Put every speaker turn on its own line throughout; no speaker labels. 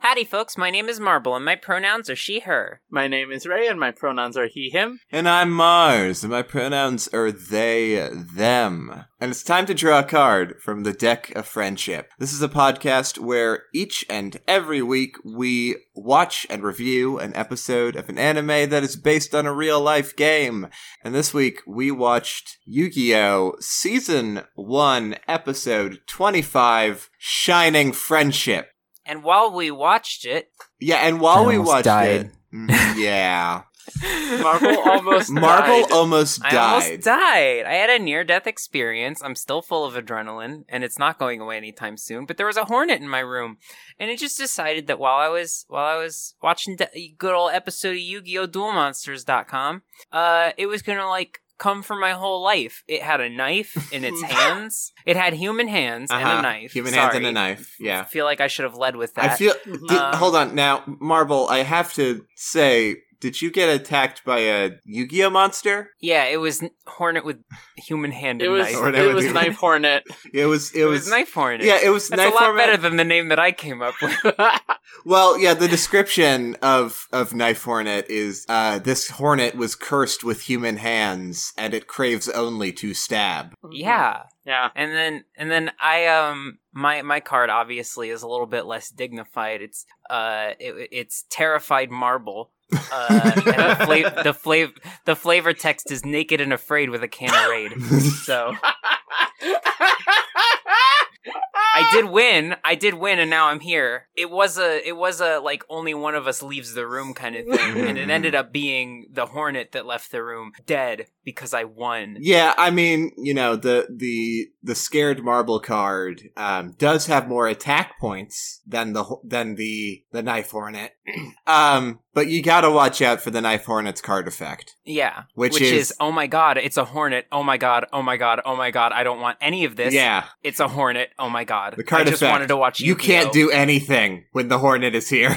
Howdy, folks. My name is Marble, and my pronouns are she, her.
My name is Ray, and my pronouns are he, him.
And I'm Mars, and my pronouns are they, them. And it's time to draw a card from the deck of friendship. This is a podcast where each and every week we watch and review an episode of an anime that is based on a real life game. And this week we watched Yu Gi Oh! Season 1, Episode 25 Shining Friendship.
And while we watched it,
Yeah, and while
I
we
almost
watched
died.
it. Mm, yeah.
Marble almost
Marvel
died.
almost died.
I almost died. I had a near death experience. I'm still full of adrenaline, and it's not going away anytime soon. But there was a hornet in my room, and it just decided that while I was while I was watching the good old episode of Yu-Gi-Oh! DuelMonsters.com, uh, it was gonna like come for my whole life. It had a knife in its hands. It had human hands and
Uh-huh.
a knife.
Human hands and a
Sorry.
knife.
I
Yeah.
feel like I should have led with that.
I feel.
Uh,
Did,
Um,
hold on now, Marble. I have to say, did you get attacked by a Yu-Gi-Oh monster?
yeah, it was n- Hornet with human hand
It
and
was
knife.
Or that
it
would
was
be-
knife hornet.
It was. It,
It
was.
was knife hornet.
Yeah, it was
That's
knife
a lot
format.
better than the name that I came up with.
Well, yeah, the description of of knife hornet is uh, this hornet was cursed with human hands, and it craves only to stab.
yeah,
yeah.
and then and then I um my my card obviously is a little bit less dignified. It's uh it, it's terrified marble. Uh, and the, fla- the flavor the flavor text is naked and afraid with a can of raid. So I did win. I did win, and now I'm here. It was a, it was a like only one of us leaves the room kind of thing, and it ended up being the hornet that left the room dead because I won.
Yeah, I mean, you know, the the the scared marble card um, does have more attack points than the ho- than the the knife hornet. um, but you got to watch out for the knife hornet's card effect,
Yeah,
which,
which is, oh my god, it's a hornet. Oh my god, oh my god, oh my god. I don't want any of this.
yeah,
it's a hornet. Oh my god.
The card
I just
effect.
wanted to watch
you can't do anything when the hornet is here.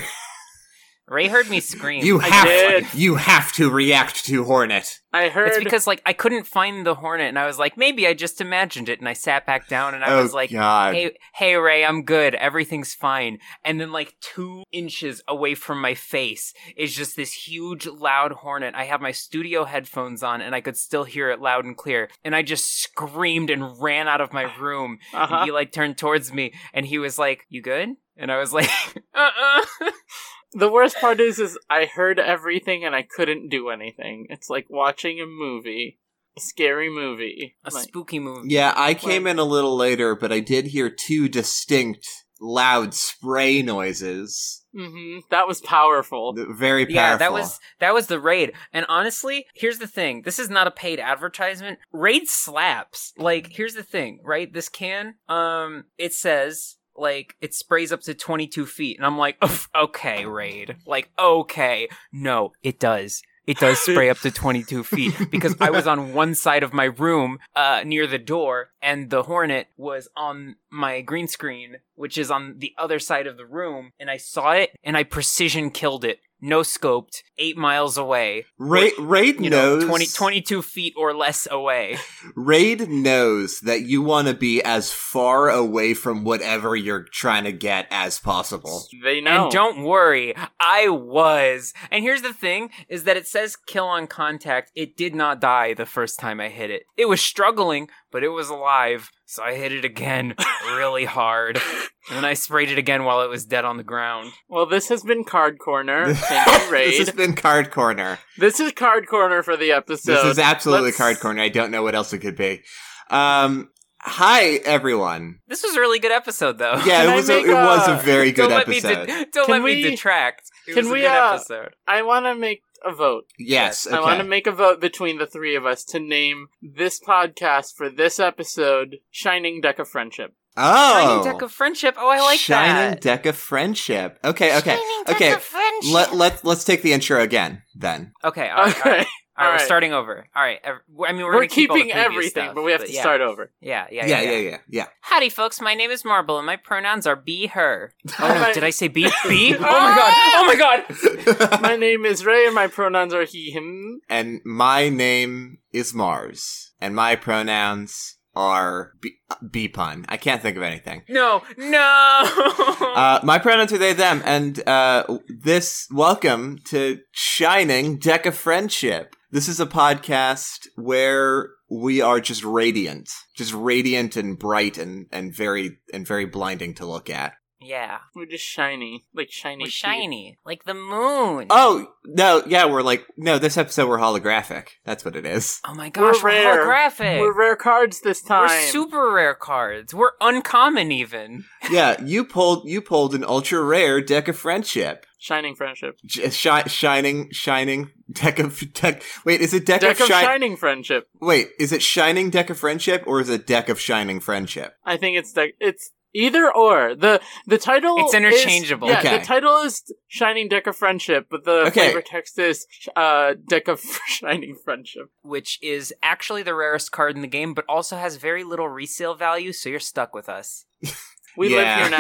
Ray heard me scream.
you
I
have
did.
to, you have to react to hornet.
I heard
It's because like I couldn't find the hornet, and I was like, maybe I just imagined it, and I sat back down, and I
oh
was like,
God,
hey, hey, Ray, I'm good. Everything's fine. And then, like, two inches away from my face is just this huge, loud hornet. I have my studio headphones on and I could still hear it loud and clear. And I just screamed and ran out of my room. And
uh-huh.
he, like, turned towards me and he was like, You good? And I was like, Uh uh
the worst part is is I heard everything and I couldn't do anything. It's like watching a movie, a scary movie.
A
Like,
spooky movie.
yeah, I came in a little later, but I did hear two distinct loud spray noises.
hmm That was powerful.
Very powerful.
Yeah, that was that was the raid. And honestly, here's the thing. This is not a paid advertisement. Raid slaps. Like, here's the thing, right? This can, um, it says like it sprays up to 22 feet, and I'm like, "Oof, okay, raid. Like, okay, no, it does. It does spray up to 22 feet because I was on one side of my room uh, near the door, and the hornet was on my green screen, which is on the other side of the room. And I saw it and I precision killed it, no scoped, eight miles away,
Ra- Raid
you
knows
know, 20, 22 feet or less away.
Raid knows that you want to be as far away from whatever you're trying to get as possible.
They know.
And don't worry, I was. And here's the thing is that it says kill on contact. It did not die the first time I hit it. It was struggling, but it was alive. So I hit it again really hard. And then I sprayed it again while it was dead on the ground.
Well, this has been Card Corner. Thank you,
this
Raid.
has been Card Corner.
this is Card Corner for the episode.
this is absolutely
let's-
Card Corner. I don't know what else it could be. Um, hi everyone.
This was a really good episode though.
Yeah,
Can
it
I
was a,
make
it was
a-
a very good
don't let
episode.
me de- don't
Can
let
we-
me detract. It
can
was a
we,
good
uh,
episode.
I want to make a vote.
yes, okay.
I want to make a vote between the three of us to name this podcast for this episode "Shining Deck of Friendship."
oh,
Shining deck of friendship. Oh, I like
Shining
that.
deck of friendship. Okay, okay, okay. Let let let's take the intro again then.
okay, all right, all right.
okay,
All right,
All
we're
right.
starting over. All right, ev- I mean we're,
we're
gonna keep all the
keeping
previous
everything,
stuff,
but we have to
yeah.
start over.
Yeah, yeah,
Yeah, yeah, yeah, yeah.
Howdy, folks. My name is Marble, and my pronouns are be her. Oh,
my-
no, did I say be? Be? Oh my god! Oh my god!
My name is Ray, and my pronouns are he/him.
and my name is Mars, and my pronouns are be- B pun. I can't think of anything.
No, no.
Uh, my pronouns are they, them, and uh, this welcome to Shining Deck of Friendship. This is a podcast where we are just radiant, just radiant and bright and, and very and very blinding to look at.
yeah,
We're just shiny, like shiny.
we're
teeth.
shiny like the moon.
Oh no, yeah, we're like no. This episode we're holographic. That's what it is.
Oh my gosh, we're,
We're rare.
holographic.
We're rare cards this time.
We're super rare cards. We're uncommon even.
Yeah, you pulled you pulled an ultra rare deck of friendship.
shining friendship.
J- uh, shi- shining, shining deck of deck. Wait, is it deck,
Deck of
shi-
shining friendship.
Wait, is it shining deck of friendship or is it deck of shining friendship?
I think it's deck. It's either or. the The title.
It's
is-
interchangeable.
yeah,
Okay.
the title is shining deck of friendship, but the
Okay.
flavor text is uh, deck of shining friendship.
Which is actually the rarest card in the game, but also has very little resale value, so you're stuck with us.
We live here
Yeah.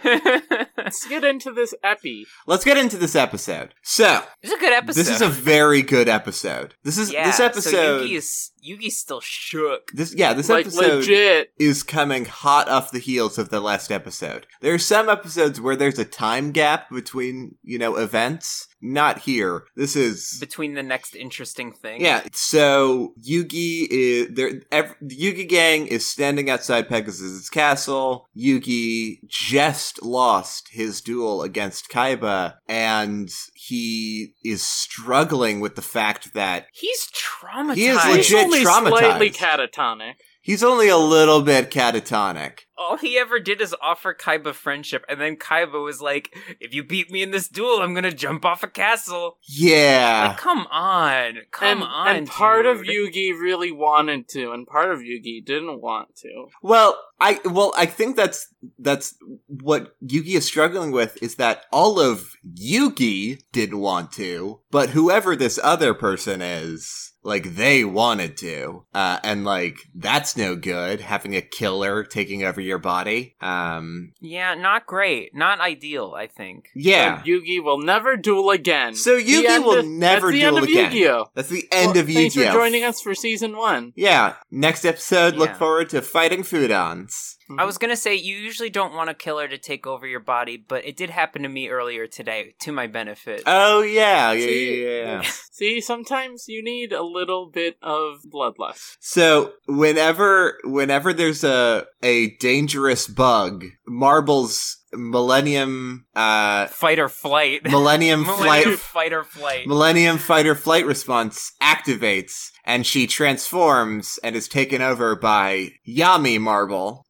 now. Hey,
it's
let's get into this epi.
Let's get into this episode. So,
a good episode.
this is a very good episode. This is
yeah,
this
So
episode.
Yugi is Yugi's still shook.
this yeah, this
like
episode
legit.
is coming hot off the heels of the last episode. There are some episodes where there's a time gap between, you know, events. Not here. This is
Between the next interesting thing.
Yeah, so Yugi is there. Ev- the Yugi gang is standing outside Pegasus's castle. Yugi just lost his duel against Kaiba, and he is struggling with the fact that
He's traumatized.
He is
He's
legit
only
traumatized.
slightly catatonic.
he's only a little bit catatonic.
All he ever did is offer Kaiba friendship, and then Kaiba was like, if you beat me in this duel, I'm gonna jump off a castle.
Yeah,
Like, come on. Come
and,
on.
and part of
dude.
Yugi really wanted to, and part of Yugi didn't want to.
Well, I well, I think that's that's what Yugi is struggling with is that all of Yugi did want to, but whoever this other person is, like they wanted to, uh, and like that's no good having a killer taking over your body. Um,
Yeah, not great. Not ideal, I think.
yeah,
And Yugi will never duel again.
So
The
Yugi
end
will
of-
never
that's the
duel
end of
again.
Yu-Gi-Oh.
that's the end
Well,
of Yu Gi Oh.
Thanks for joining us for season one.
Yeah, next episode. Look
Yeah.
forward to fighting Foodons.
I was gonna say you usually don't want a killer to take over your body, but it did happen to me earlier today, to my benefit.
Oh yeah, yeah,
See?
yeah, yeah.
See, sometimes you need a little bit of bloodlust.
So whenever whenever there's a a dangerous bug, Marble's Millennium uh
fight or flight.
Millennium
Millennium
flight
fight or flight.
Millennium fight or flight response activates and she transforms and is taken over by Yami Marble.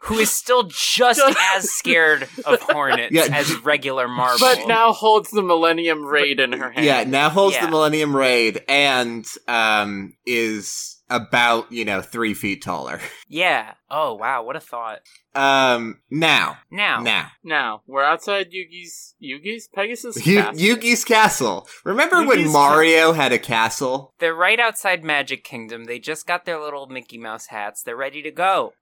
who is still just as scared of hornets
Yeah.
as regular Marvel.
But now holds the Millennium Raid in her hand.
Yeah, now holds the
Yeah.
Millennium Raid and um is about, you know, three feet taller.
yeah. Oh wow, what a thought.
Um now.
Now,
Now.
Now we're outside Yugi's Yugi's Pegasus.
Yu-
castle.
Yugi's castle. Remember when
Yugi's
Mario had a castle?
they're right outside Magic Kingdom. They just got their little Mickey Mouse hats. They're ready to go.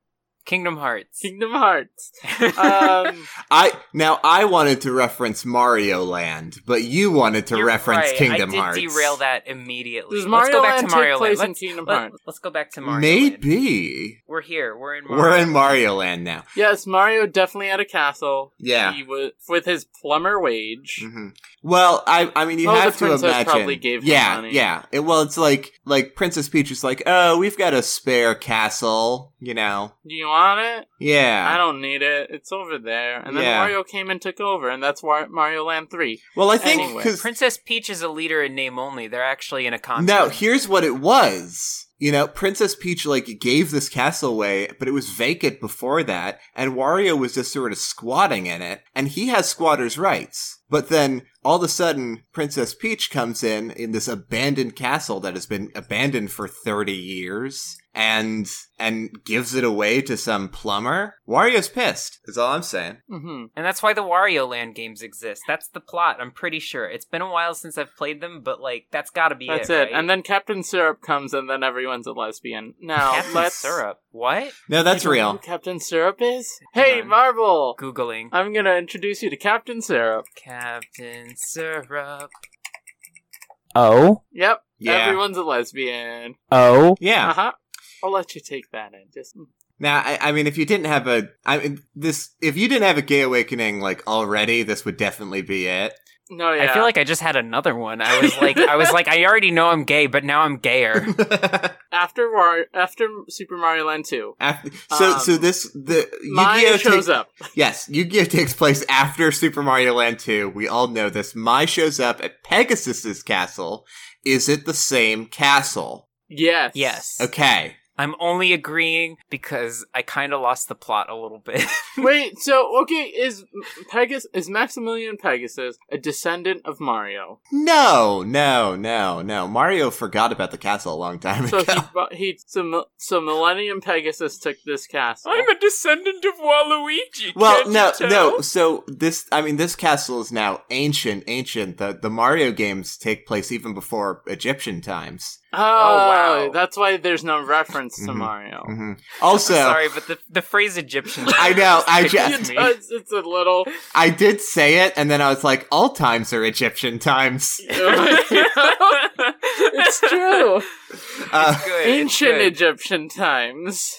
Kingdom Hearts.
Kingdom Hearts. Um,
I now I wanted to reference Mario Land, but you wanted to
You're
reference
right,
Kingdom
I did
Hearts.
Derail that immediately.
does
let's
Mario
go back
Land
to Mario
take place
Land.
in Kingdom
Let-
Hearts?
let's go back to Mario. Land.
Maybe
we're here. We're in. Mario.
we're in Mario Land now.
Yes, Mario definitely had a castle.
Yeah.
He was with his plumber wage.
Mm.
hmm Well, I I mean you
Oh, the
have to
princess
imagine.
probably gave him
yeah,
money.
yeah. It- well, it's like like Princess Peach is like, oh, we've got a spare castle, you know.
Do you want it?
Yeah.
I don't need it. It's over there. And then
Yeah.
Mario came and took over, and that's why Mario Land Three.
well, I think
Anyway,
because
Princess Peach is a leader in name only. They're actually in a contest.
No, here's what it was. You know, Princess Peach like gave this castle away, but it was vacant before that, and Wario was just sort of squatting in it, and he has squatter's rights. But then all of a sudden, Princess Peach comes in in this abandoned castle that has been abandoned for 30 years and and gives it away to some plumber. Wario's pissed. Is all I'm saying.
Mm-hmm.
And that's why the Wario Land games exist. That's the plot, I'm pretty sure. It's been a while since I've played them, but like that's gotta be
That's
it.
it.
right?
And then Captain Syrup comes, and then everyone's a lesbian. Now
Captain
let's.
Syrup. What?
No, that's
You don't know
real.
who Captain Syrup is.
Hang
Hey,
on.
Marble.
Googling.
I'm gonna introduce you to Captain Syrup.
Captain Syrup.
Oh,
Yep.
Yeah.
Everyone's a lesbian.
oh,
Yeah.
Uh huh. I'll let you take that in. Just
Now, I, I mean, if you didn't have a, I mean, this, if you didn't have a gay awakening like already, this would definitely be it.
no, yeah.
I feel like I just had another one. I was like, I was like, I already know I'm gay, but now I'm gayer.
after War- after Super Mario Land two,
After, so,
Um,
so this the
Maya
Yu-Gi-Oh
shows
takes,
up.
yes, Yu-Gi-Oh takes place after Super Mario Land two. We all know this. Mai shows up at Pegasus's castle. Is it the same castle?
Yes.
Yes.
Okay.
I'm only agreeing because I kind of lost the plot a little bit.
Wait. So okay, is Pegasus is Maximilian Pegasus a descendant of Mario?
No, no, no, no. Mario forgot about the castle a long time
So
ago.
he bu- he so, Mil- so Millennium Pegasus took this castle.
a descendant of Waluigi.
Well, no, no. So this, I mean, this castle is now ancient, ancient. The the Mario games take place even before Egyptian times.
oh,
wow. Mm-hmm.
That's why there's no reference to
Mhm.
Mario.
hmm Also,
sorry, but the, the phrase Egyptian.
I know, I
just
ju-
tickles
It's,
me.
it's, it's a little.
I did say it, and then I was like, all times are Egyptian times.
it's true.
Uh,
Good,
Ancient
good.
Egyptian times.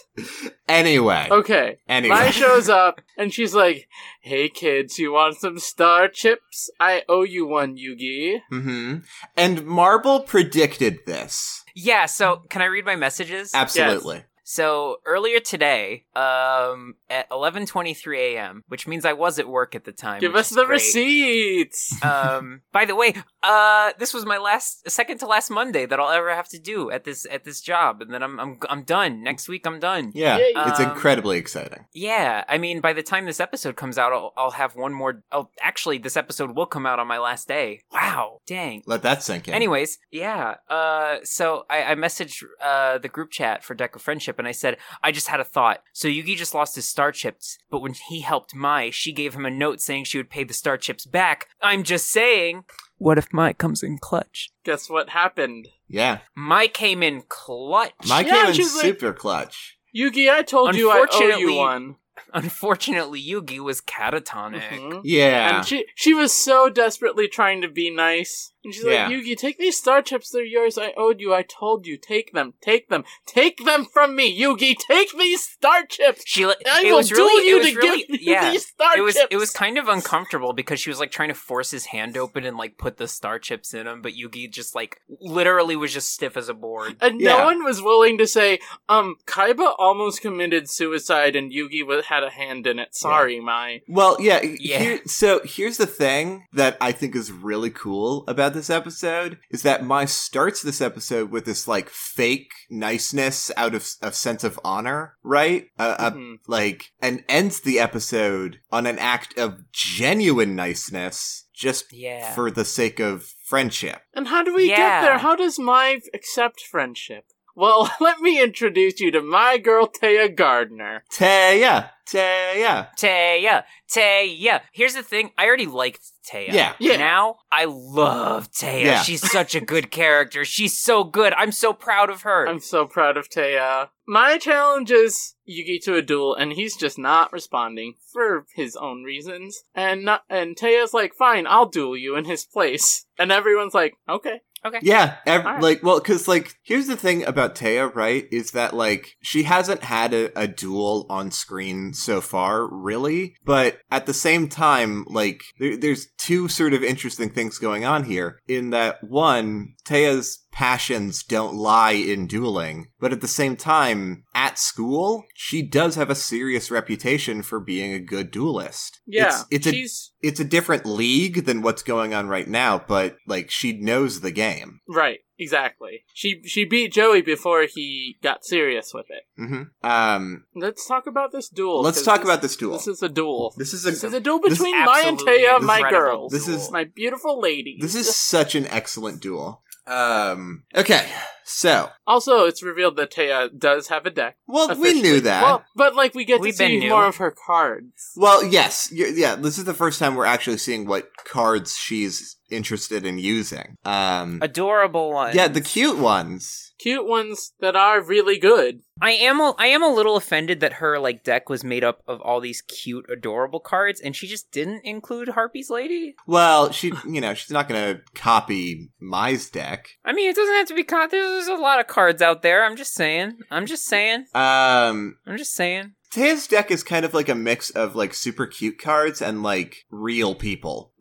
anyway,
Okay.
anyway.
Mai shows up and she's like, "Hey kids, you want some star chips? I owe you one, Yugi."
hmm And Marble predicted this.
Yeah. So, can I read my messages?
Absolutely.
So earlier today, um, at 11:23 a.m., which means I was at work at the time.
Give
which
us
is
the
great.
receipts.
um, by the way, uh, this was my last, second to last Monday that I'll ever have to do at this at this job, and then I'm I'm I'm done. Next week, I'm done.
Yeah,
Yay.
it's
Um,
incredibly exciting.
Yeah, I mean, by the time this episode comes out, I'll, I'll have one more. I'll, actually, this episode will come out on my last day. Wow, dang.
Let that sink in.
Anyways, yeah. Uh, so I, I messaged uh, the group chat for Deck of Friendship, and I said I just had a thought. So Yugi just lost his star chips, but when he helped Mai, she gave him a note saying she would pay the star chips back. I'm just saying. What if Mai comes in clutch?
Guess what happened?
yeah,
Mai came in clutch.
my
Yeah,
game is
she's like-
super clutch.
Yugi, I told you I owe you
Unfortunately-
one.
Unfortunately, Yugi was catatonic.
Mhm.
Yeah,
And she she was so desperately trying to be nice. And she's
Yeah.
like, Yugi, take these star chips, they're yours. I owed you. I told you. Take them. Take them. Take them from me, Yugi. Take these star chips.
She li-
I
it
will
was really,
duel you
it was
to
really,
give you
yeah.
these star
it was
chips.
it was kind of uncomfortable because she was like trying to force his hand open and like put the star chips in him, but Yugi just like literally was just stiff as a board.
and
Yeah.
Uh, no one was willing to say, um, Kaiba almost committed suicide and Yugi wa had a hand in it. Sorry, Mai.
Well, yeah.
Yeah.
Here, so here's the thing that I think is really cool about this episode is that Mai starts this episode with this like fake niceness out of a sense of honor, right? Uh,
Mm-hmm.
uh,
Mhm.
like, and ends the episode on an act of genuine niceness, just
Yeah.
for the sake of friendship.
And how do we
Yeah.
get there? How does Mai accept friendship? Well, let me introduce you to my girl, Taya Gardner.
Taya, Taya.
Taya, Taya. Here's the thing, I already liked Taya.
Yeah.
Yeah.
Now I love Taya.
Yeah.
She's such a good character. She's so good. I'm so proud of her.
I'm so proud of Taya. My challenge is Yugi to a duel, and he's just not responding for his own reasons. And not, and Taya's like, "Fine, I'll duel you in his place." And everyone's like, "Okay."
Yeah, ev-
Alright.
like well, because like here's the thing about Taya, right? Is that like she hasn't had a, a duel on screen so far, really. But at the same time, like there, there's two sort of interesting things going on here. In that one, Taya's passions don't lie in dueling, but at the same time, at school, she does have a serious reputation for being a good duelist.
Yeah,
it's, it's a
she's
it's a different league than what's going on right now, but like she knows the game.
right. Exactly. She she beat Joey before he got serious with it.
hmm Um,
Let's talk about this duel.
let's
'cause
talk
this,
about this duel.
This is a duel.
This is
This is
a
a duel
this is
between my and
absolutely
Taya, my
incredible
girls,
This is-
duel.
my beautiful ladies.
this is such an excellent duel. Um, okay, so
also it's revealed that Taya does have a deck.
well we
Officially.
knew that.
Well, but like we get
We
to
been
see
knew.
more of her cards.
Well, yes, y- yeah. This is the first time we're actually seeing what cards she's interested in using. Um,
Adorable one.
yeah, the cute ones.
Cute ones that are really good.
I am a, I am a little offended that her like deck was made up of all these cute, adorable cards, and she just didn't include Harpy's Lady.
Well, she, you know, she's not gonna copy Mai's deck.
I mean, it doesn't have to be. Con- it doesn't there's a lot of cards out there. I'm just saying. I'm just saying.
Um,
I'm just saying.
Taya's deck is kind of like a mix of like super cute cards and like real people,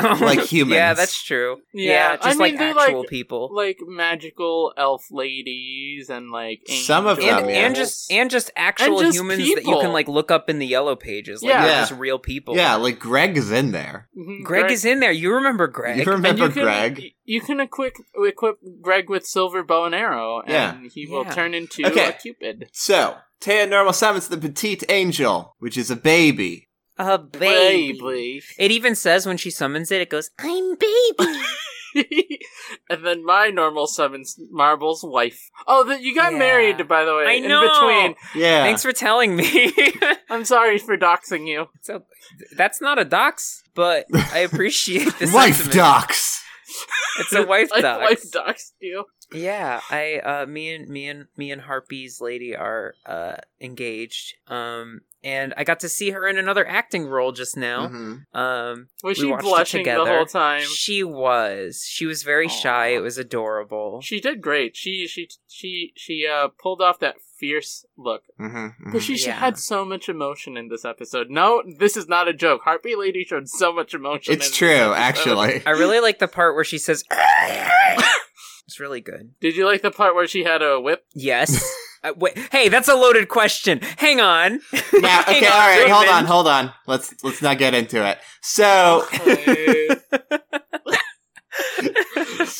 like humans.
yeah, that's true.
Yeah,
Yeah,
I
just
mean,
like
they're
actual
like-
people.
like magical elf ladies and like
Some of
angels.
and,
them, yeah.
and just and just actual
just
humans that you
people.
can like look up in the yellow pages. Like
Yeah.
they're
Yeah.
just real people.
yeah, like Greg is in there.
Mhm,
Greg, is in there. You remember Greg.
You
And
remember
you can,
Greg?
You can equip equip Greg with silver bow and arrow, and
Yeah.
he will
Yeah.
turn into
Okay.
a cupid.
So Taya Normal summons the petite angel, which is a baby.
a baby.
Baby.
It even says when she summons it, it goes, "I'm baby."
and then my normal summons Marble's wife. Oh, that you got
Yeah.
married, by the way.
I know.
In between,
Yeah,
Thanks for telling me.
I'm sorry for doxing you.
so that's not a dox, but I appreciate this.
wife docs.
It's a wife
I-
dox.
wife doxed you.
Yeah, I uh me and me and me and Harpy's lady are uh engaged. Um and I got to see her in another acting role just now.
Mhm.
Um
Was
We
she
watched it
blushing the
together.
whole time?
she was she was very shy.
Aw.
It was adorable.
She did great. She she she she uh pulled off that fierce look.
Mhm, mhm.
But she, she
Yeah.
had so much emotion in this episode. No, this is not a joke. Harpy Lady showed so much emotion. in
It's
this
true,
episode.
actually.
I really like the part where she says It's really good.
Did you like the part where she had a whip?
Yes. Uh, wait, hey, that's a loaded question. Hang on.
Oh.
Now,
Hang
okay, all right, hold
Griffin.
on, hold on. Let's let's not get into it. So,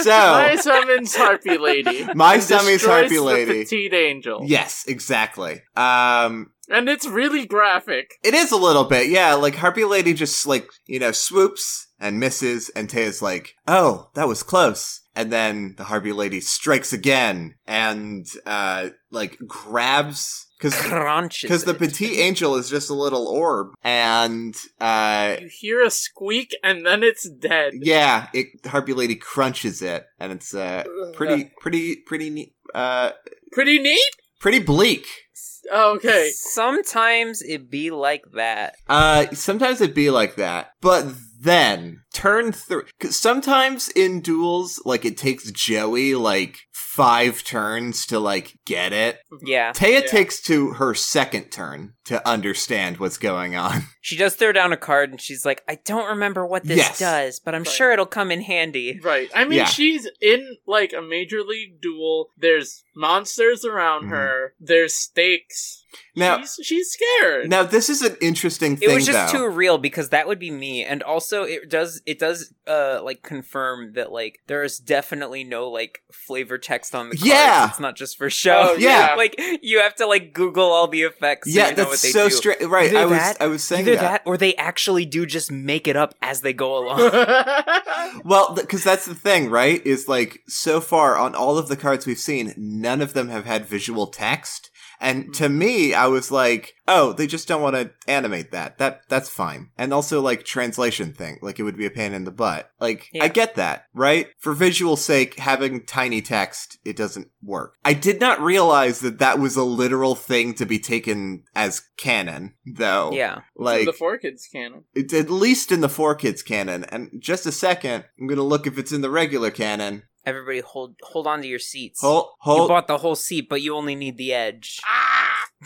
My
so
summons Harpy Lady.
My
and
summons
destroys
Harpy
the
Lady.
Petite angel.
yes, exactly. Um,
and it's really graphic.
it is a little bit, yeah. Like Harpy Lady just like you know swoops and misses, and Taya's like, "Oh, that was close." And then the Harpy Lady strikes again and uh, like grabs because
Crunches.
because the
it.
petite angel is just a little orb, and uh,
You hear a squeak, and then it's dead.
yeah, it Harpy Lady crunches it, and it's uh, pretty pretty pretty neat. Uh,
Pretty neat. Oh,
pretty bleak.
Okay.
Sometimes it be like that.
Uh, sometimes it'd be like that, but then turn three. Sometimes in duels, like it takes Joey like five turns to like get it.
Yeah.
Taya
Yeah.
takes to her second turn to understand what's going on.
She does throw down a card and she's like, I don't remember what this
Yes.
does, but I'm
Right.
sure it'll come in handy.
Right. I mean,
Yeah.
she's in like a major league duel. There's monsters around
Mhm.
her. There's stakes.
Now,
she's, she's scared.
now this is an interesting
It
thing.
was just
though.
too real because that would be me. And also it does it does uh like confirm that like there is definitely no like flavor text on the cards.
Yeah.
It's not just for show.
Oh, yeah.
like you have to like Google all the effects. so
yeah,
you know
that's
what they
so
do.
strange. Right,
Either
I was
that-
I was saying
Either
that.
that or they actually do just make it up as they go along.
yeah,
Well, because that's the thing, right? Is like so far on all of the cards we've seen, none of them have had visual text.
Mm-hmm.
And to me, I was like, oh, they just don't want to animate that. That that's fine. And also like translation thing, like it would be a pain in the butt. Like
Yeah.
I get that, right? For visual sake, having tiny text, it doesn't work. I did not realize that that was a literal thing to be taken as canon, though.
yeah.
like
the four kids canon.
it's at least in the four kids canon. And just a second, I'm gonna look if it's in the regular canon.
Everybody hold hold on to your seats.
Hold,
you
hold.
bought the whole seat, but you only need the edge.
Ah!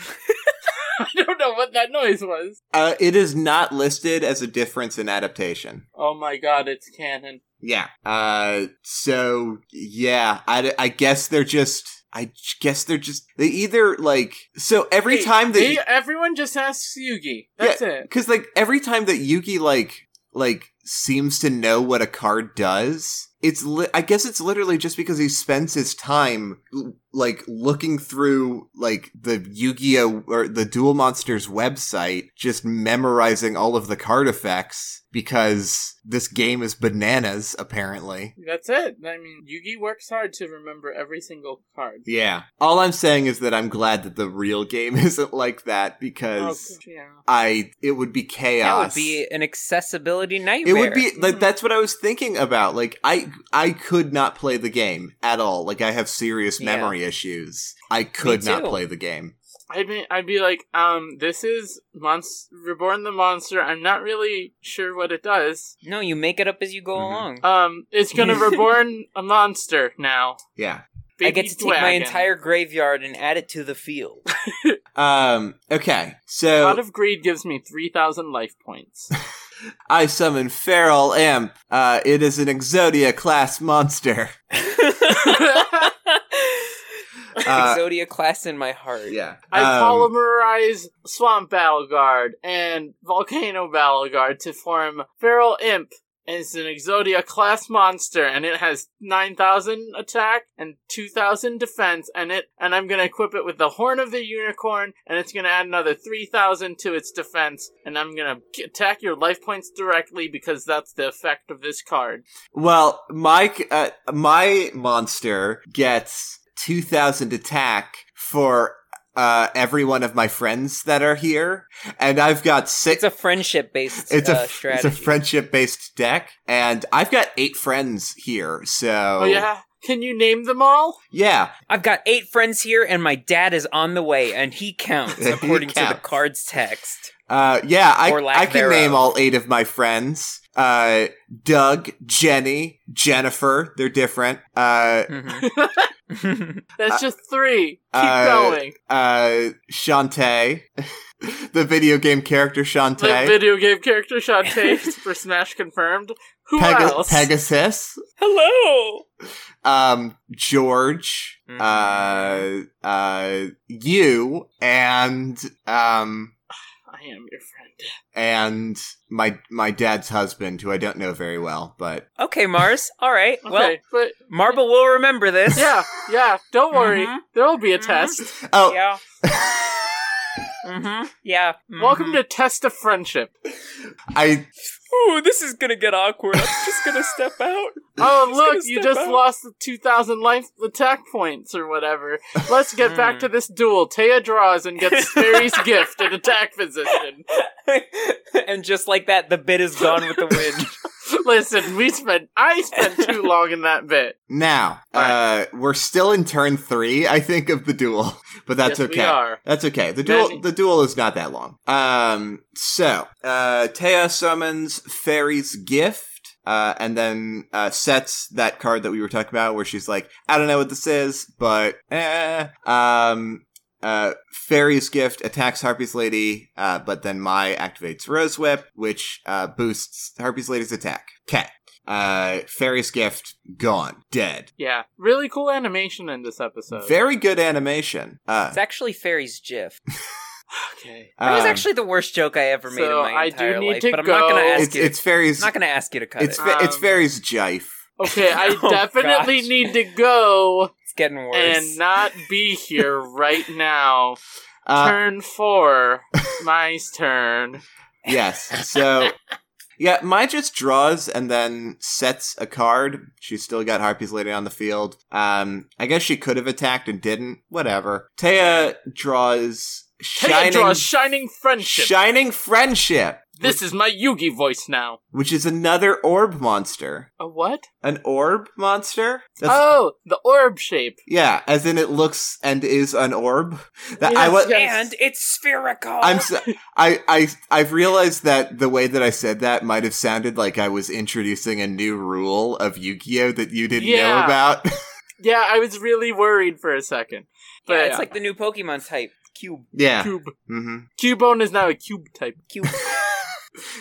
I don't know what that noise was.
Uh, it is not listed as a difference in adaptation.
Oh my god, it's canon.
Yeah. Uh. So yeah, I, I guess they're just. I guess they're just. They either like. So every
Hey,
time
they,
that
everyone just asks Yugi. That's it.
because like every time that Yugi like like seems to know what a card does, it's li- I guess it's literally just because he spends his time l- like looking through like the Yu-Gi-Oh or the Duel Monsters website, just memorizing all of the card effects because this game is bananas apparently.
That's it. I mean, Yugi works hard to remember every single card.
Yeah. All I'm saying is that I'm glad that the real game isn't like that
Oh,
because
yeah.
I it would be
That
chaos.
would be an accessibility
It
nightmare.
would be like
Mhm.
that's what I was thinking about. Like I I could not play the game at all. Like I have serious
Yeah.
memory issues. I could
too.
not play the game.
I'd be, I'd be like, um, this is Monst- Reborn the Monster. I'm not really sure what it does.
No, you make it up as you go
Mhm.
along.
Um, it's gonna reborn a monster now.
Yeah.
I get to take my
dragon.
entire graveyard and add it to the field.
Um, okay, so
God of Greed gives me 3,000 life points.
I summon Feral Imp. Uh, it is an Exodia class monster. Uh,
Exodia class in my heart.
Yeah.
I
Um,
polymerize Swamp Battleguard and Volcano Battleguard to form Feral Imp. And it's an Exodia class monster, and it has 9,000 attack and 2,000 defense, and it, and I'm gonna equip it with the Horn of the Unicorn, and it's gonna add another 3,000 to its defense, and I'm gonna k- attack your life points directly because that's the effect of this card.
Well, Mike, uh, my monster gets 2,000 attack for uh, every one of my friends that are here, and I've got six.
It's a friendship based
It's
uh,
a it's
strategy.
a friendship based deck, and I've got eight friends here. So
oh yeah? Can you name them all?
yeah,
I've got eight friends here, and my dad is on the way, and he counts
He
according to the
counts.
card's text.
Uh, yeah, I,
Or lack
I can
thereof.
name all eight of my friends. Uh, Doug, Jenny, Jennifer. They're different. Uh,
Mhm.
That's just three. Keep
uh,
going.
uh, Shantae, the video game character
The
Shantae.
video game character Shantae for Smash confirmed. Who
Pega-
else?
Pegasus,
Hello.
um, George,
Mm-hmm. Mhm.
uh, uh, you, and um,
I am your friend.
and my my dad's husband, who I don't know very well, but
Okay, Mars. All right. Well,
Okay, but
Marble will remember this.
yeah, yeah.
Mm-hmm.
Don't worry,
Mhm.
there will be a
Mhm.
test.
oh,
Yeah. hmm Yeah. mhm.
Welcome to Test of Friendship.
I
Ooh, this is gonna get awkward. I'm just gonna step out.
Oh,
He's
look,
gonna
you
step
just
out.
lost the two thousand life attack points or whatever. Let's get back to this duel. Taya draws and gets Fairy's gift in attack position.
and just like that, the bit is gone with the wind.
Listen, we spent I spent too long in that bit.
Now, uh, we're still in turn three, I think, of the duel, but that's
Yes,
okay.
We are.
That's okay. The duel,
Imagine-
the duel is not that long. Um, so uh, Taya summons Fairy's Gift, uh, and then uh, sets that card that we were talking about, where she's like, "I don't know what this is, but eh." Um, uh, Fairy's Gift attacks Harpy's Lady, uh, but then Mai activates Rose Whip, which uh, boosts Harpy's Lady's attack. Okay. Uh, Fairy's Gift gone, dead.
Yeah, really cool animation in this episode.
Very good animation. Uh,
It's actually Fairy's GIF.
okay.
That was
um,
actually the worst joke I ever made
So,
in
I
my
do
entire
need
life.
to
But I'm not gonna
go.
ask
it's
you.
it's Fairy's.
I'm not gonna ask you to cut
it's
it.
fa- it's
Um,
Fairy's jife.
Okay, I
Oh,
definitely
gosh.
need to go
It's getting worse.
and not be here right now.
Uh,
turn four, my turn.
yes. So yeah, Mai just draws and then sets a card. She's still got Harpy's Lady on the field. Um, I guess she could have attacked and didn't. Whatever. Taya draws
Shining,
shining
draws shining friendship.
shining friendship,
this is my Yugi voice now.
which is another orb monster.
A what?
An orb monster? That's-
Oh, the orb shape.
Yeah, as in it looks and is an orb. That I
Yes,
was.
yes.
And it's spherical.
I'm so, I I I've realized that the way that I said that might have sounded like I was introducing a new rule of Yu-Gi-Oh that you didn't know
Yeah.
about.
Yeah, I was really worried for a second. But
yeah, it's like the new Pokemon type cube.
yeah.
cube.
Mm-hmm.
Cubone is now a cube type.
Cube.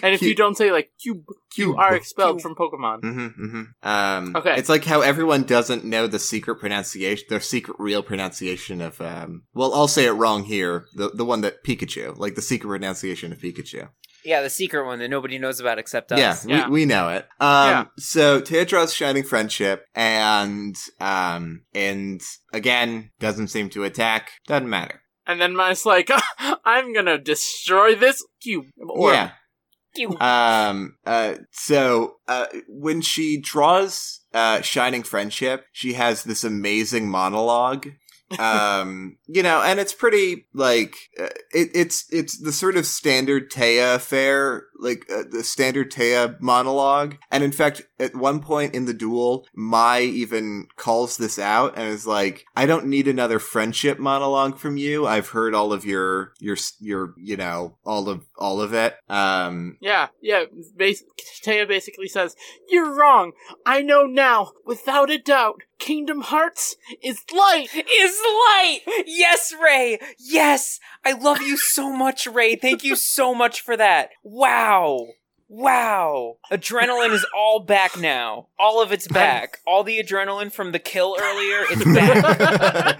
And if
Cu-
you don't say like cube, you
Cube.
are expelled
Cube.
from Pokemon.
Mm-hmm, mm-hmm. Um,
Okay.
It's like how everyone doesn't know the secret pronunciation, their secret real pronunciation of. Um, well, I'll say it wrong here. The the one that Pikachu, like the secret pronunciation of Pikachu.
yeah, the secret one that nobody knows about except us.
Yeah,
Yeah.
We, we know it. Um,
Yeah.
So Taya draws Shining Friendship, and um, and again doesn't seem to attack. Doesn't matter.
And then mine's like, I'm gonna destroy this cube. Orb.
yeah.
Cube.
Um. Uh. So, uh, when she draws uh, Shining Friendship, she has this amazing monologue um you know and it's pretty like uh, it, it's it's the sort of standard Taya affair like uh, the standard Taya monologue and in fact at one point in the duel Mai even calls this out and is like I don't need another friendship monologue from you I've heard all of your your your you know all of all of it um
Yeah, yeah. Bas- Taya basically says, You're wrong. I know now, without a doubt, Kingdom Hearts is light.
is light. Yes, Ray. Yes. I love you so much, Ray. Thank you so much for that. Wow. Wow. Adrenaline is all back now. All of it's back. All the adrenaline from the kill earlier, it's back.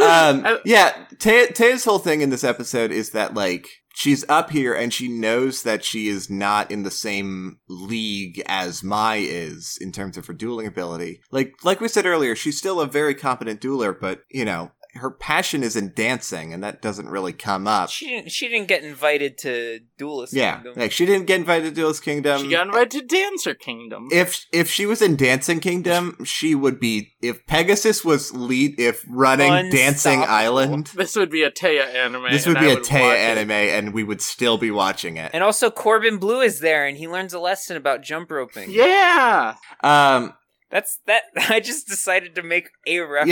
um, yeah, Taya, Taya's whole thing in this episode is that like she's up here and she knows that she is not in the same league as Mai is in terms of her dueling ability. Like like we said earlier, she's still a very competent dueler, but you know her passion is in dancing, and that doesn't really come up.
she didn't she didn't get invited to Duelist
yeah,
Kingdom.
like she didn't get invited to Duelist Kingdom.
she got invited to Dancer Kingdom.
if if she was in Dancing Kingdom, she would be. If Pegasus was lead, if running Dancing
Unstoppable.
Island,
this would be a Taya anime.
This
and
would be
I
a
watch
Taya
it.
anime, and we would still be watching it.
And also Corbin Blue is there and he learns a lesson about jump roping.
Yeah.
Um,
That's that I just decided to make a reference.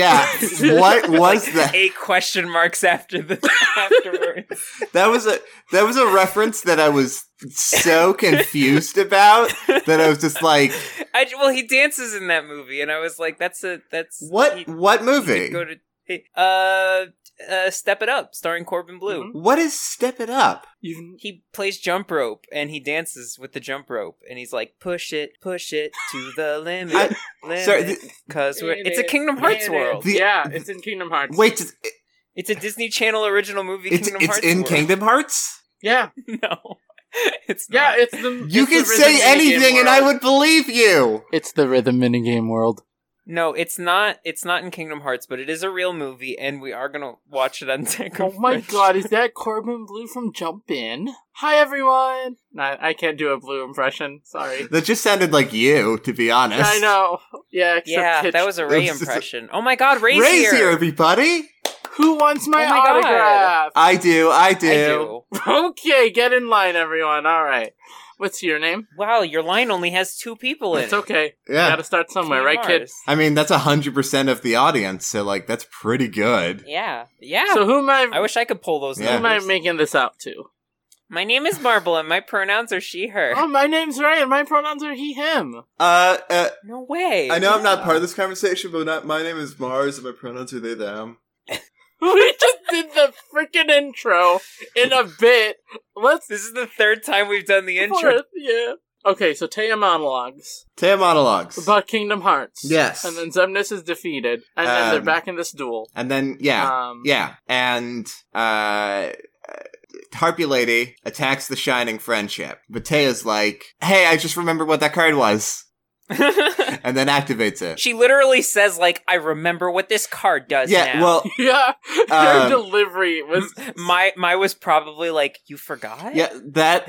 yeah, what was that?
Eight question marks after the afterwards.
That was a that was a reference that I was so confused about that I was just like,
I j- well, he dances in that movie, and I was like, "That's a that's he-
what? What
he
movie?
Go to he- uh, uh, Step It Up, starring Corbin Blue.
Mhm.
What is Step It Up?
You
He plays jump rope and he dances with the jump rope, and he's like, "Push it, push it to the limit,
I-
limit."
Sorry, th-
Cause we're, it's a Kingdom Hearts world.
The-
yeah, it's in Kingdom Hearts.
wait, it's
It's a Disney Channel original movie.
it's,
Kingdom
it's
Hearts
in
world.
Kingdom Hearts.
Yeah,
No, it's
yeah,
not.
it's the.
You
it's the
could
rhythm
say
minigame
anything, and I
world.
would believe you.
It's the rhythm minigame world.
no, it's not. It's not in Kingdom Hearts, but it is a real movie, and we are gonna watch it on Tech.
Oh my god, is that Corbin Blue from Jump In? Hi everyone! I, I can't do a blue impression, sorry.
That just sounded like you, to be honest.
I know. Yeah, except
Yeah,
Hitch.
that was a Ray
This is a-
impression. Oh my god, Ray's,
Raise
here.
here, everybody.
Who wants my,
Oh my God.
autograph?
I do, I do.
I do.
Okay, get in line, everyone. Alright. What's your name?
Wow, your line only has two people in
It's
it.
okay.
Yeah.
Gotta start somewhere, right, kid?
Mars.
I mean, that's hundred percent of the audience, so like that's pretty good.
Yeah, yeah.
So who am I,
I wish I could pull those
who
Yeah.
am I
numbers.
making this out to?
My name is Marble, and my pronouns are she/her.
Oh, my name's Ray, and my pronouns are he, him.
Uh, uh
no way.
I know I'm not part of this conversation, but not, my name is Mars, and my pronouns are they them.
we just did the freaking intro in a bit. Let's
This is the third time we've done the intro.
Fourth, yeah. Okay, so Taya monologues
Taya monologues.
about Kingdom Hearts.
Yes.
And then Zemnis is defeated, and then they're
Um,
back in this duel.
and then yeah,
Um,
yeah, and uh, uh, Harpy Lady attacks the Shining Friendship. But Taya's like, "Hey, I just remembered what that card was," and then activates it.
she literally says, "Like I remember what this card does."
yeah,
now.
well,
Yeah.
Um,
Her delivery was.
my my was probably like, "You forgot."
yeah, that.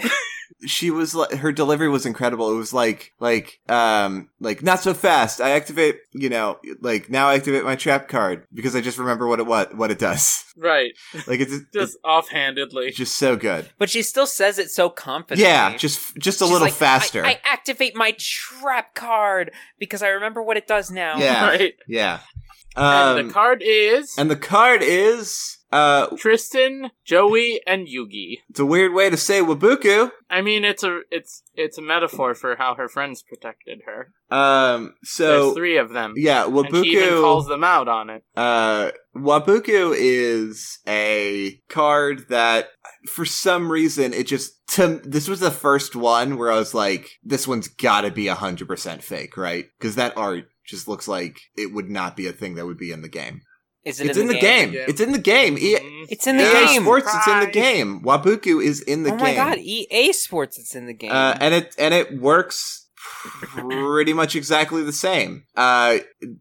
She was like, her delivery was incredible. It was like, like, um, like not so fast. I activate, you know, like now I activate my trap card because I just remember what it what what it does.
Right.
Like it's it's,
Just offhandedly.
it's just so good.
but she still says it so confidently.
Yeah, just just a
She's
little
like,
faster.
I, I activate my trap card because I remember what it does now.
Yeah.
Right.
yeah.
And
Um,
the card is
card is uh,
Tristan, Joey, and Yugi.
it's a weird way to say Wabuku.
I mean, it's a it's it's a metaphor for how her friends protected her.
Um,
There's
so
three of them.
yeah,
and she even
Wabuku.
calls them out on it.
Uh, Wabuku is a card that, for some reason, it just to this was the first one where I was like, this one's got to be hundred percent fake, right? Because that art just looks like it would not be a thing that would be in the game.
Is it
It's in the game.
game?
It's in the game. E-
Mhm.
It's in the
EA
game.
Sports, it's in the
Surprise.
game. Wabuku is in the
oh
game.
my god,
E
EA Sports, it's in the game.
Uh, and it and it works pretty much exactly the same. Uh,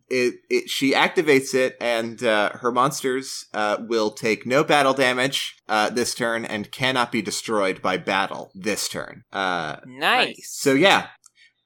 it, it she activates it, and uh, her monsters uh, will take no battle damage uh, this turn and cannot be destroyed by battle this turn. Uh,
nice.
so yeah,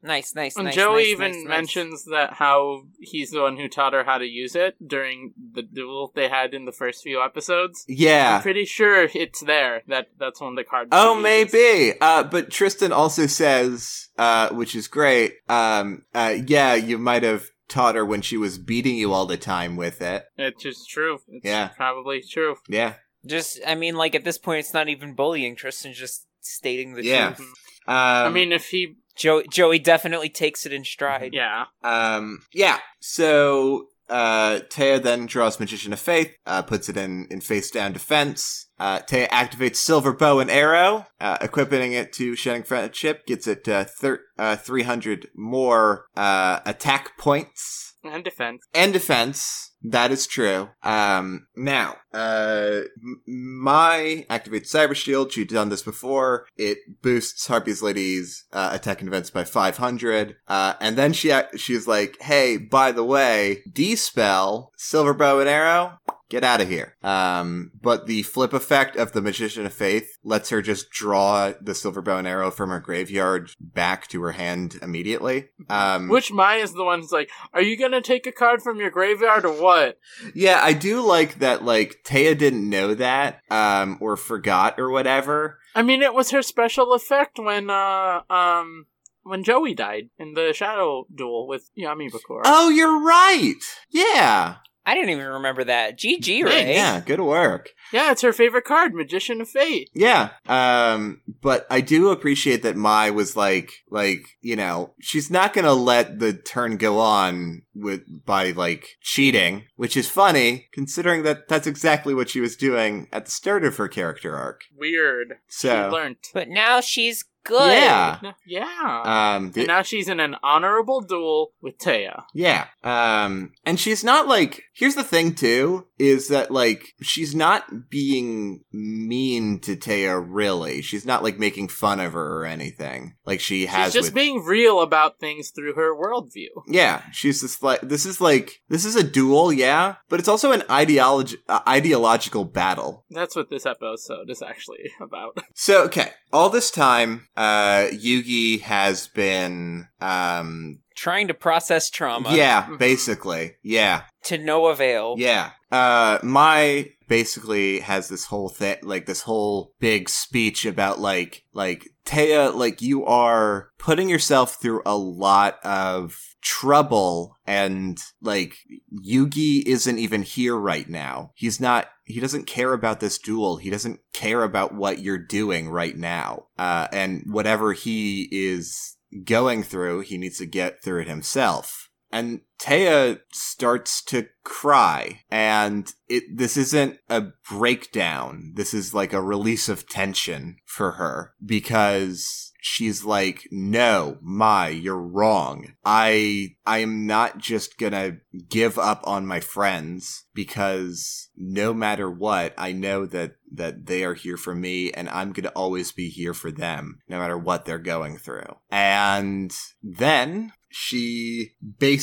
Nice, nice,
And
nice.
Joey
nice,
even
nice, nice.
mentions that how he's the one who taught her how to use it during the duel they had in the first few episodes. I'm
Yeah.
pretty sure it's there. That that's one of the cards.
Oh,
she uses.
maybe. Uh, but Tristan also says, uh, which is great. Um, uh, yeah, you might have taught her when she was beating you all the time with it.
It's just true. It's
Yeah.
probably true.
Yeah.
Just, I mean, like at this point, it's not even bullying. Tristan's just stating the
Yeah.
truth.
Um,
Mm-hmm. I mean, if he,
Joey, Joey definitely takes it in stride.
yeah,
Um, yeah. So uh, Taya then draws Magician of Faith, uh, puts it in, in face down defense. Uh, Taya activates Silver Bow and Arrow, uh, equipping it to Shedding Friendship, gets it uh, thir- uh, 300 more uh, attack points
and defense.
and defense. That is true. Um, now, uh, m- my activates cyber shield. She'd done this before. It boosts Harpy's lady's uh, attack and defense by 500. Uh, and then she ac- she's like, "Hey, by the way, D spell silver bow and arrow. Get out of here." Um, but the flip effect of the magician of faith lets her just draw the silver bow and arrow from her graveyard back to her hand immediately. Um,
Which Maya's the one who's like, "Are you gonna take a card from your graveyard or what?"
Yeah, I do like that. Like Taya didn't know that, um, or forgot or whatever.
I mean, it was her special effect when, uh, um, when Joey died in the shadow duel with Yami Bakura.
Oh, you're right. Yeah,
I didn't even remember that. GG, Ray.
yeah. Good work.
yeah, it's her favorite card, Magician of Fate.
Yeah. Um, but I do appreciate that Mai was like, like you know, she's not gonna let the turn go on with by like cheating, which is funny considering that that's exactly what she was doing at the start of her character arc.
Weird. She
So uh,
learned.
But now she's good.
yeah.
Yeah.
Um, the-
and now she's in an honorable duel with Taya.
Yeah. Um and she's not like here's the thing too is that like she's not being mean to Taya really. She's not like making fun of her or anything. Like she
She's
has
just
with
being real about things through her worldview.
yeah, she's just like this is like this is a duel, yeah, but it's also an ideology uh, ideological battle.
That's what this episode is actually about.
So okay, all this time, uh Yugi has been um
Trying to process trauma.
yeah,
Mhm.
basically. Yeah.
To no avail.
Yeah. Uh, my basically has this whole thing, like this whole big speech about like, like Taya, like you are putting yourself through a lot of trouble and like Yugi isn't even here right now. He's not, he doesn't care about this duel. He doesn't care about what you're doing right now. Uh, and whatever he is going through, he needs to get through it himself and Taya starts to cry and it this isn't a breakdown this is like a release of tension for her because she's like no my you're wrong i i am not just going to give up on my friends because no matter what i know that that they are here for me and i'm going to always be here for them no matter what they're going through and then she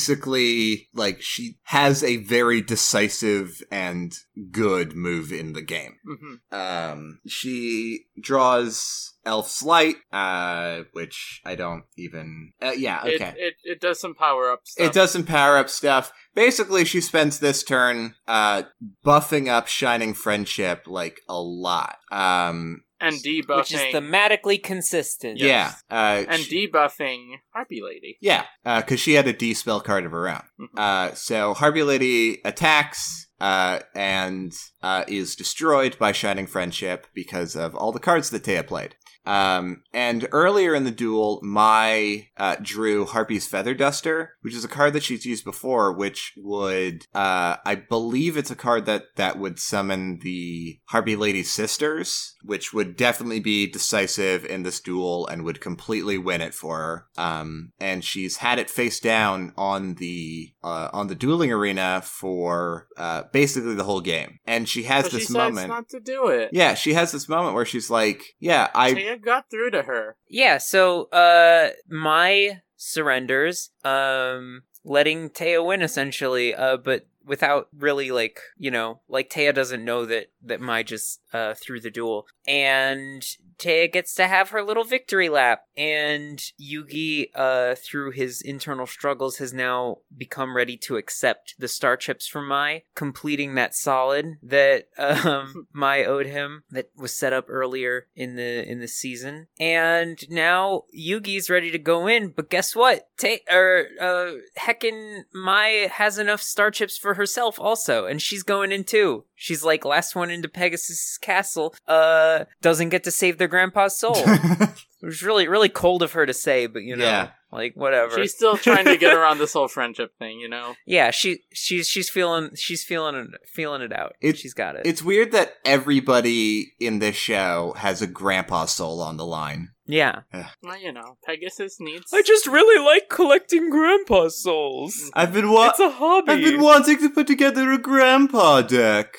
basically like she has a very decisive and good move in the game
hmm
um she draws elf's light uh which i don't even uh, yeah okay
It, it it does some power up stuff.
it does some power up stuff. Basically, she spends this turn uh, buffing up Shining Friendship like a lot. Um,
and debuffing
Which is thematically consistent.
Yes.
Yeah. Uh,
and
she-
debuffing Harpy Lady.
Yeah, because she had a D spell card of her own.
Mhm.
Uh, so Harvey Lady attacks uh, and uh, is destroyed by Shining Friendship because of all the cards that Taya played. Um, and earlier in the duel, Mai uh, drew Harpy's Feather Duster, which is a card that she's used before, which would, uh, I believe it's a card that, that would summon the Harpy Lady's Sisters, which would definitely be decisive in this duel and would completely win it for her. Um, and she's had it face down on the, uh, on the dueling arena for, uh, basically the whole game. And she has
So she
this
decides
moment.
not to do it.
yeah, she has this moment where she's like, yeah, I,
Taya got through to her.
Yeah, so uh my surrenders, um letting Teo win essentially, uh but
without really like you know like Taya doesn't know that that Mai just uh, threw the duel, and Taya gets to have her little victory lap, and Yugi uh, through his internal struggles has now become ready to accept the star chips from Mai, completing that solid that um, Mai owed him that was set up earlier in the in the season, and now Yugi's ready to go in, but guess what? Tay or uh, heckin' Mai has enough star chips for herself also, and she's going in too. She's like last one into Pegasus Castle. Uh, doesn't get to save their grandpa's soul. it was really really cold of her to say, but you know,
Yeah.
like whatever.
She's still trying to get around this whole friendship thing, you know?
yeah, she she's she's feeling she's feeling it, feeling it out.
It-
she's got it.
it's weird that everybody in this show has a grandpa soul on the line.
yeah.
Well, you know, Pegasus needs.
I just really like collecting grandpa souls.
I've been wa-
It's a hobby.
I've been wanting to put together a grandpa deck.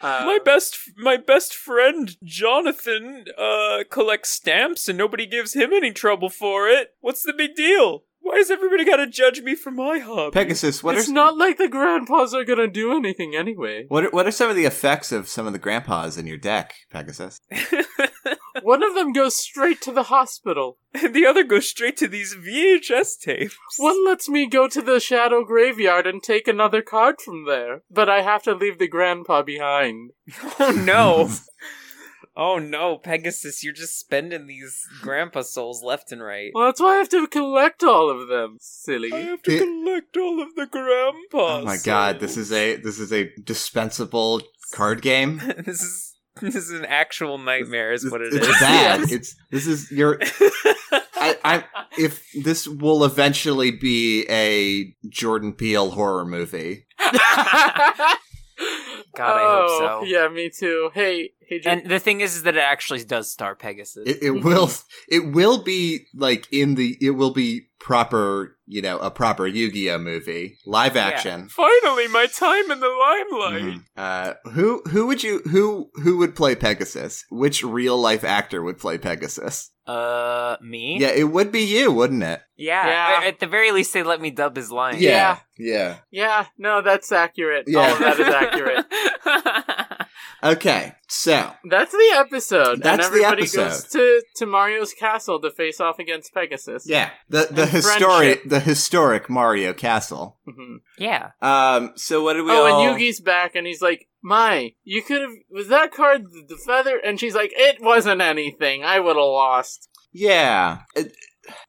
uh,
my best my best friend Jonathan uh collects stamps and nobody gives him any trouble for it. What's the big deal? Why does everybody got to judge me for my hobby?
Pegasus, what
it's
are
not like the grandpas are gonna do anything anyway.
what are, what are some of the effects of some of the grandpas in your deck, Pegasus?
One of them goes straight to the hospital.
and the other goes straight to these VHS tapes.
One lets me go to the shadow graveyard and take another card from there, but I have to leave the grandpa behind.
Oh no. Oh no, Pegasus, you're just spending these grandpa souls left and right.
Well, that's why I have to collect all of them, silly.
I have
to
to
It-
collect all of the grandpa.
Oh my god, this is a this is a dispensable card game.
this is this is an actual nightmare is
It's-
what it
it's
is.
bad. It's this is your. I, I if this will eventually be a Jordan Peele horror movie. Oh,
God, I hope
Oh,
so.
Yeah, me too. Hey, hey, Ju-
And the thing is, is that it actually does star Pegasus.
It, it
Mm-hmm.
will it will be like in the it will be proper you know a proper Yu Gi Oh movie live action.
Finally, my time in the limelight.
Mhm. Uh, who who would you who who would play Pegasus? Which real life actor would play Pegasus?
Uh, me?
Mm-hmm. Yeah, it would be you, wouldn't it?
Yeah.
Yeah.
I- at the very least, they let me dub his line.
Yeah, yeah.
yeah, no, that's accurate. All
Yeah.
of Oh, that is accurate.
Okay, so
That's the episode. and
That's the
everybody
episode.
goes to, to Mario's castle to face off against Pegasus.
yeah, the the
And
historic
friendship.
the historic Mario Castle.
Mhm.
Yeah.
Um, so what do we
oh,
all?
and Yugi's back, and he's like, "My, you could have was that card th- the feather?" And she's like, "It wasn't anything. I would have lost."
Yeah, It-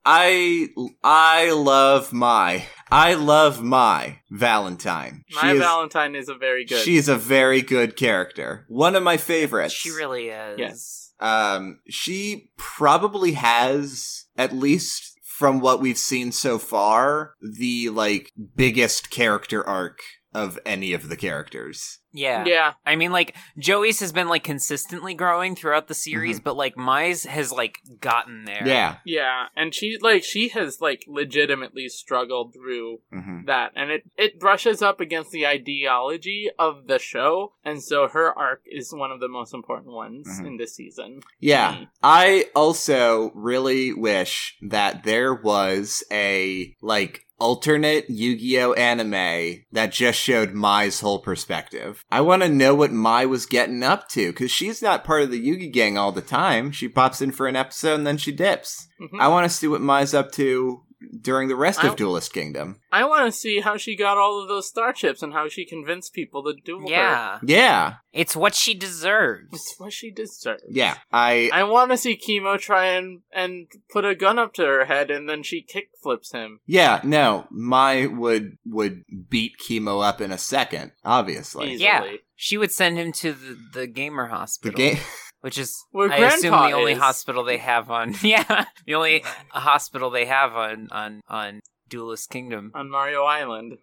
I I love my I love my Valentine.
My
she
Valentine is a very
Is,
good.
She is a very good character. One of my favorites.
She really is.
Yes.
Um, she probably has at least from what we've seen so far the like biggest character arc of any of the characters.
Yeah.
yeah,
I mean, like, Joey's has been, like, consistently growing throughout the series, but, like, Mize has, like, gotten there.
Mm-hmm. Yeah.
yeah, and she like she has like legitimately struggled through
hmm
that, and it it brushes up against the ideology of the show, and so her arc is one of the most important ones
Mhm.
in this season.
Yeah.
Mm.
I also really wish that there was a like alternate Yu-Gi-Oh anime that just showed Mai's whole perspective. I want to know what Mai was getting up to cuz she's not part of the Yugi gang all the time. She pops in for an episode and then she dips.
Mhm.
I want to see what Mai's up to during the rest
I-
of Duelist Kingdom.
I want to see how she got all of those star chips and how she convinced people to duel her.
Yeah.
Yeah.
It's what she deserves.
It's what she deserves.
Yeah. I
I want to see Chemo try and and put a gun up to her head, and then she kickflips him.
yeah, no, Mai would would beat Chemo up in a second, obviously.
easily.
Yeah. She would send him to the, the gamer
The
hospital.
game
Which is,
Where
I assume,
Grandpa
the only
is.
hospital they have on. Yeah. The only hospital they have on, on, on Duelist Kingdom.
on Mario Island.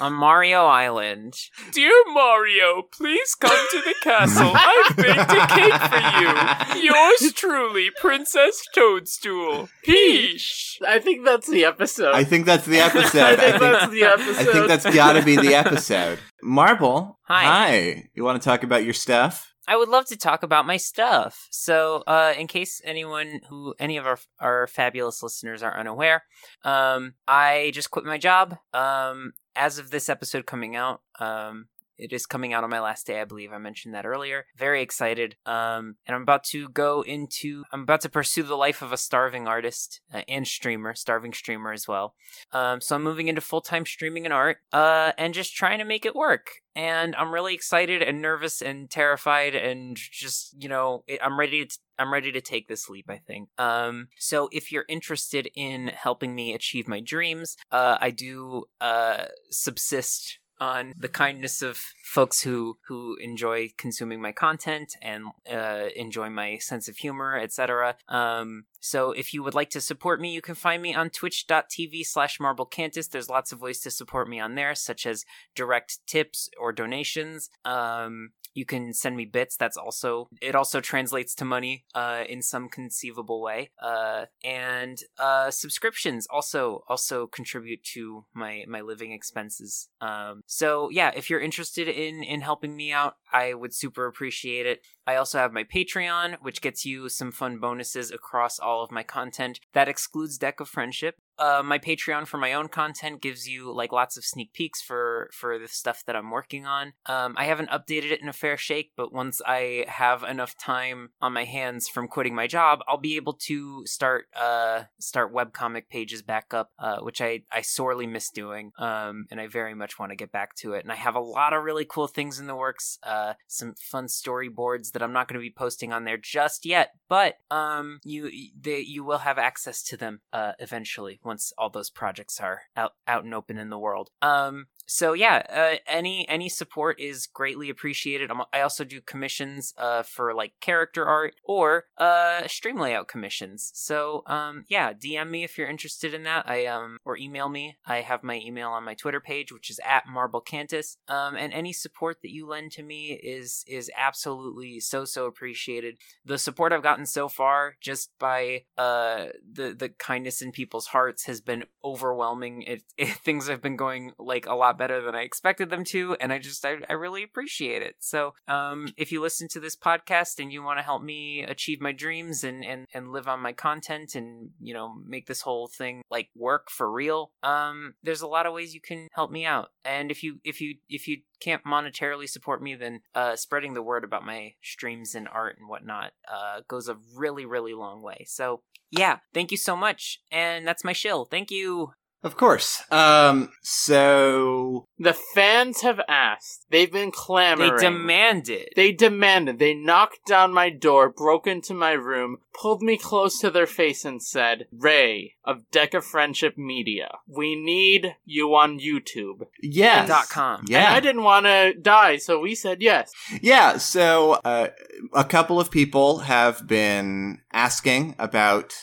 On Mario Island.
Dear Mario, please come to the castle. I've baked a cake for you. Yours truly, Princess Toadstool. Peach.
I think that's the episode.
I think that's the episode.
I
I
think
think,
that's the
I
episode.
think that's got to be the episode. Marble,
Hi.
You want to talk about your stuff?
I would love to talk about my stuff. So, uh, in case anyone who any of our our fabulous listeners are unaware, um, I just quit my job. Um,
as of this episode coming out, um, it is coming out on my last day, I believe. I mentioned that earlier. Very excited. Um, and I'm about to go into, I'm about to pursue the life of a starving artist uh, and streamer, starving streamer as well. Um, so I'm moving into full time streaming and art uh, and just trying to make it work. And I'm really excited and nervous and terrified and just, you know, it- I'm ready to. I'm ready to take this leap, I think. Um, so, if you're interested in helping me achieve my dreams, uh, I do uh, subsist on the kindness of folks who who enjoy consuming my content and uh, enjoy my sense of humor etc um so if you would like to support me you can find me on twitch.tv slash marblecantus there's lots of ways to support me on there such as direct tips or donations um you can send me bits that's also it also translates to money uh, in some conceivable way uh, and uh, subscriptions also also contribute to my my living expenses um, so yeah if you're interested in in helping me out i would super appreciate it I also have my Patreon, which gets you some fun bonuses across all of my content. That excludes Deck of Friendship. Uh, my Patreon for my own content gives you like lots of sneak peeks for for the stuff that I'm working on. Um, I haven't updated it in a fair shake, but once I have enough time on my hands from quitting my job, I'll be able to start uh start webcomic pages back up, uh, which I I sorely miss doing. Um, and I very much want to get back to it. And I have a lot of really cool things in the works. Uh, some fun storyboards that I'm not going to be posting on there just yet, but um, you they, you will have access to them uh eventually once all those projects are out out and open in the world. Um, so yeah uh, any any support is greatly appreciated I'm, i also do commissions uh, for like character art or uh, stream layout commissions so um, yeah dm me if you're interested in that i um or email me i have my email on my twitter page which is at marblecantus um, and any support that you lend to me is is absolutely so so appreciated the support I've gotten so far, just by uh the the kindness in people's hearts, has been overwhelming. It, it things have been going like a lot better than I expected them to, and I just I, I really appreciate it. So, um, if you listen to this podcast and you want to help me achieve my dreams and and and live on my content and you know make this whole thing like work for real, um, there's a lot of ways you can help me out. And if you if you if you can't monetarily support me, then uh, spreading the word about my streams and art and whatnot uh, goes a really, really long way. So, yeah, thank you so much. And that's my shill. Thank you.
Of course. Um, so
The fans have asked. They've been clamoring.
They demand it.
They demanded. They knocked down my door, broke into my room, pulled me close to their face, and said, Ray of Deca Friendship Media, we need you on YouTube.
yes.
Dot com.
And I
Yeah.
didn't want to die, so we said yes.
Yeah. So uh, a couple of people have been asking about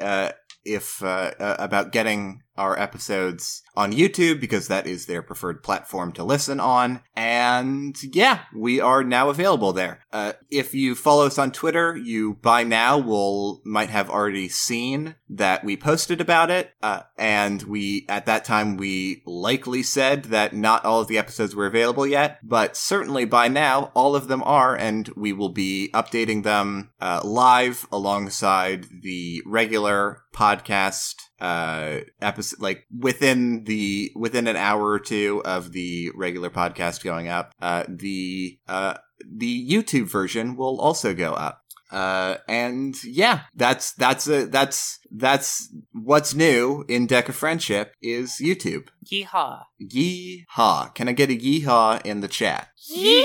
uh, if uh, uh, about getting our episodes on YouTube because that is their preferred platform to listen on. And yeah, we are now available there. Uh, if you follow us on Twitter, you by now will might have already seen that we posted about it. Uh, and we at that time we likely said that not all of the episodes were available yet, but certainly by now all of them are, and we will be updating them uh, live alongside the regular podcast uh episode like within the within an hour or two of the regular podcast going up uh the uh the youtube version will also go up uh and yeah that's that's a that's that's what's new in deck of friendship is youtube
Yeehaw.
yeehaw can i get a yeehaw in the chat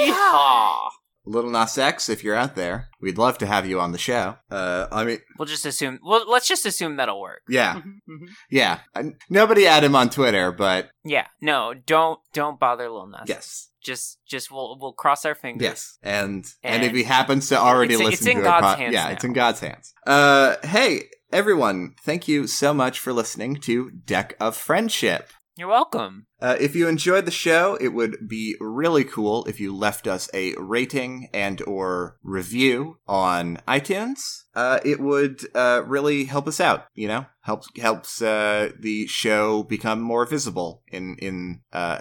Yeehaw!
little nas x if you're out there we'd love to have you on the show uh i mean
We'll just assume. Well, let's just assume that'll work.
yeah
Mhm,
Mm-hmm.
mhm.
yeah I- nobody add him on twitter but
Yeah. No. Don't don't bother Lil Nas.
yes
Just just we'll we'll cross our fingers.
Yes, and and,
And-
if he happens to already
It's-
listen
it's
to
in
it,
God's
po-
hands
yeah,
now.
it's in God's hands. Uh, hey everyone, thank you so much for listening to Deck of Friendship.
You're welcome.
Uh, if you enjoyed the show, it would be really cool if you left us a rating and or review on iTunes. Uh, it would uh, really help us out. You know, helps helps uh, the show become more visible in in uh,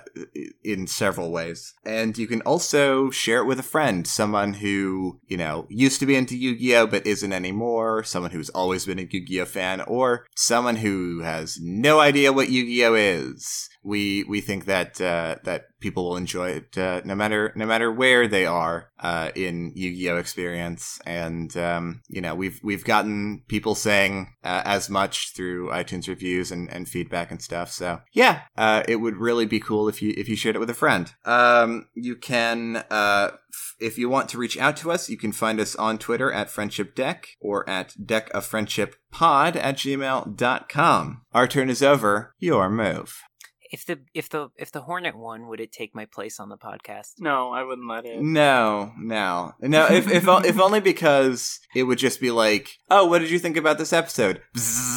in several ways. And you can also share it with a friend, someone who you know used to be into Yu-Gi-Oh but isn't anymore, someone who's always been a Yu-Gi-Oh fan, or someone who has no idea what Yu-Gi-Oh is. we we think that uh, that people will enjoy it uh, no matter no matter where they are uh, in Yu-Gi-Oh experience, and um, you know we've we've gotten people saying uh, as much through iTunes reviews and, and feedback and stuff. So yeah, uh, it would really be cool if you if you shared it with a friend. Um, you can uh, f- if you want to reach out to us, you can find us on Twitter at Friendship Deck or at Deck of Friendship Pod at gmail.com. Our turn is over. Your move.
If the if the if the Hornet won, would it take my place on the podcast?
No, I wouldn't let it.
No, no, no. If if o- if only because it would just be like, oh, what did you think about this episode? Bzzz.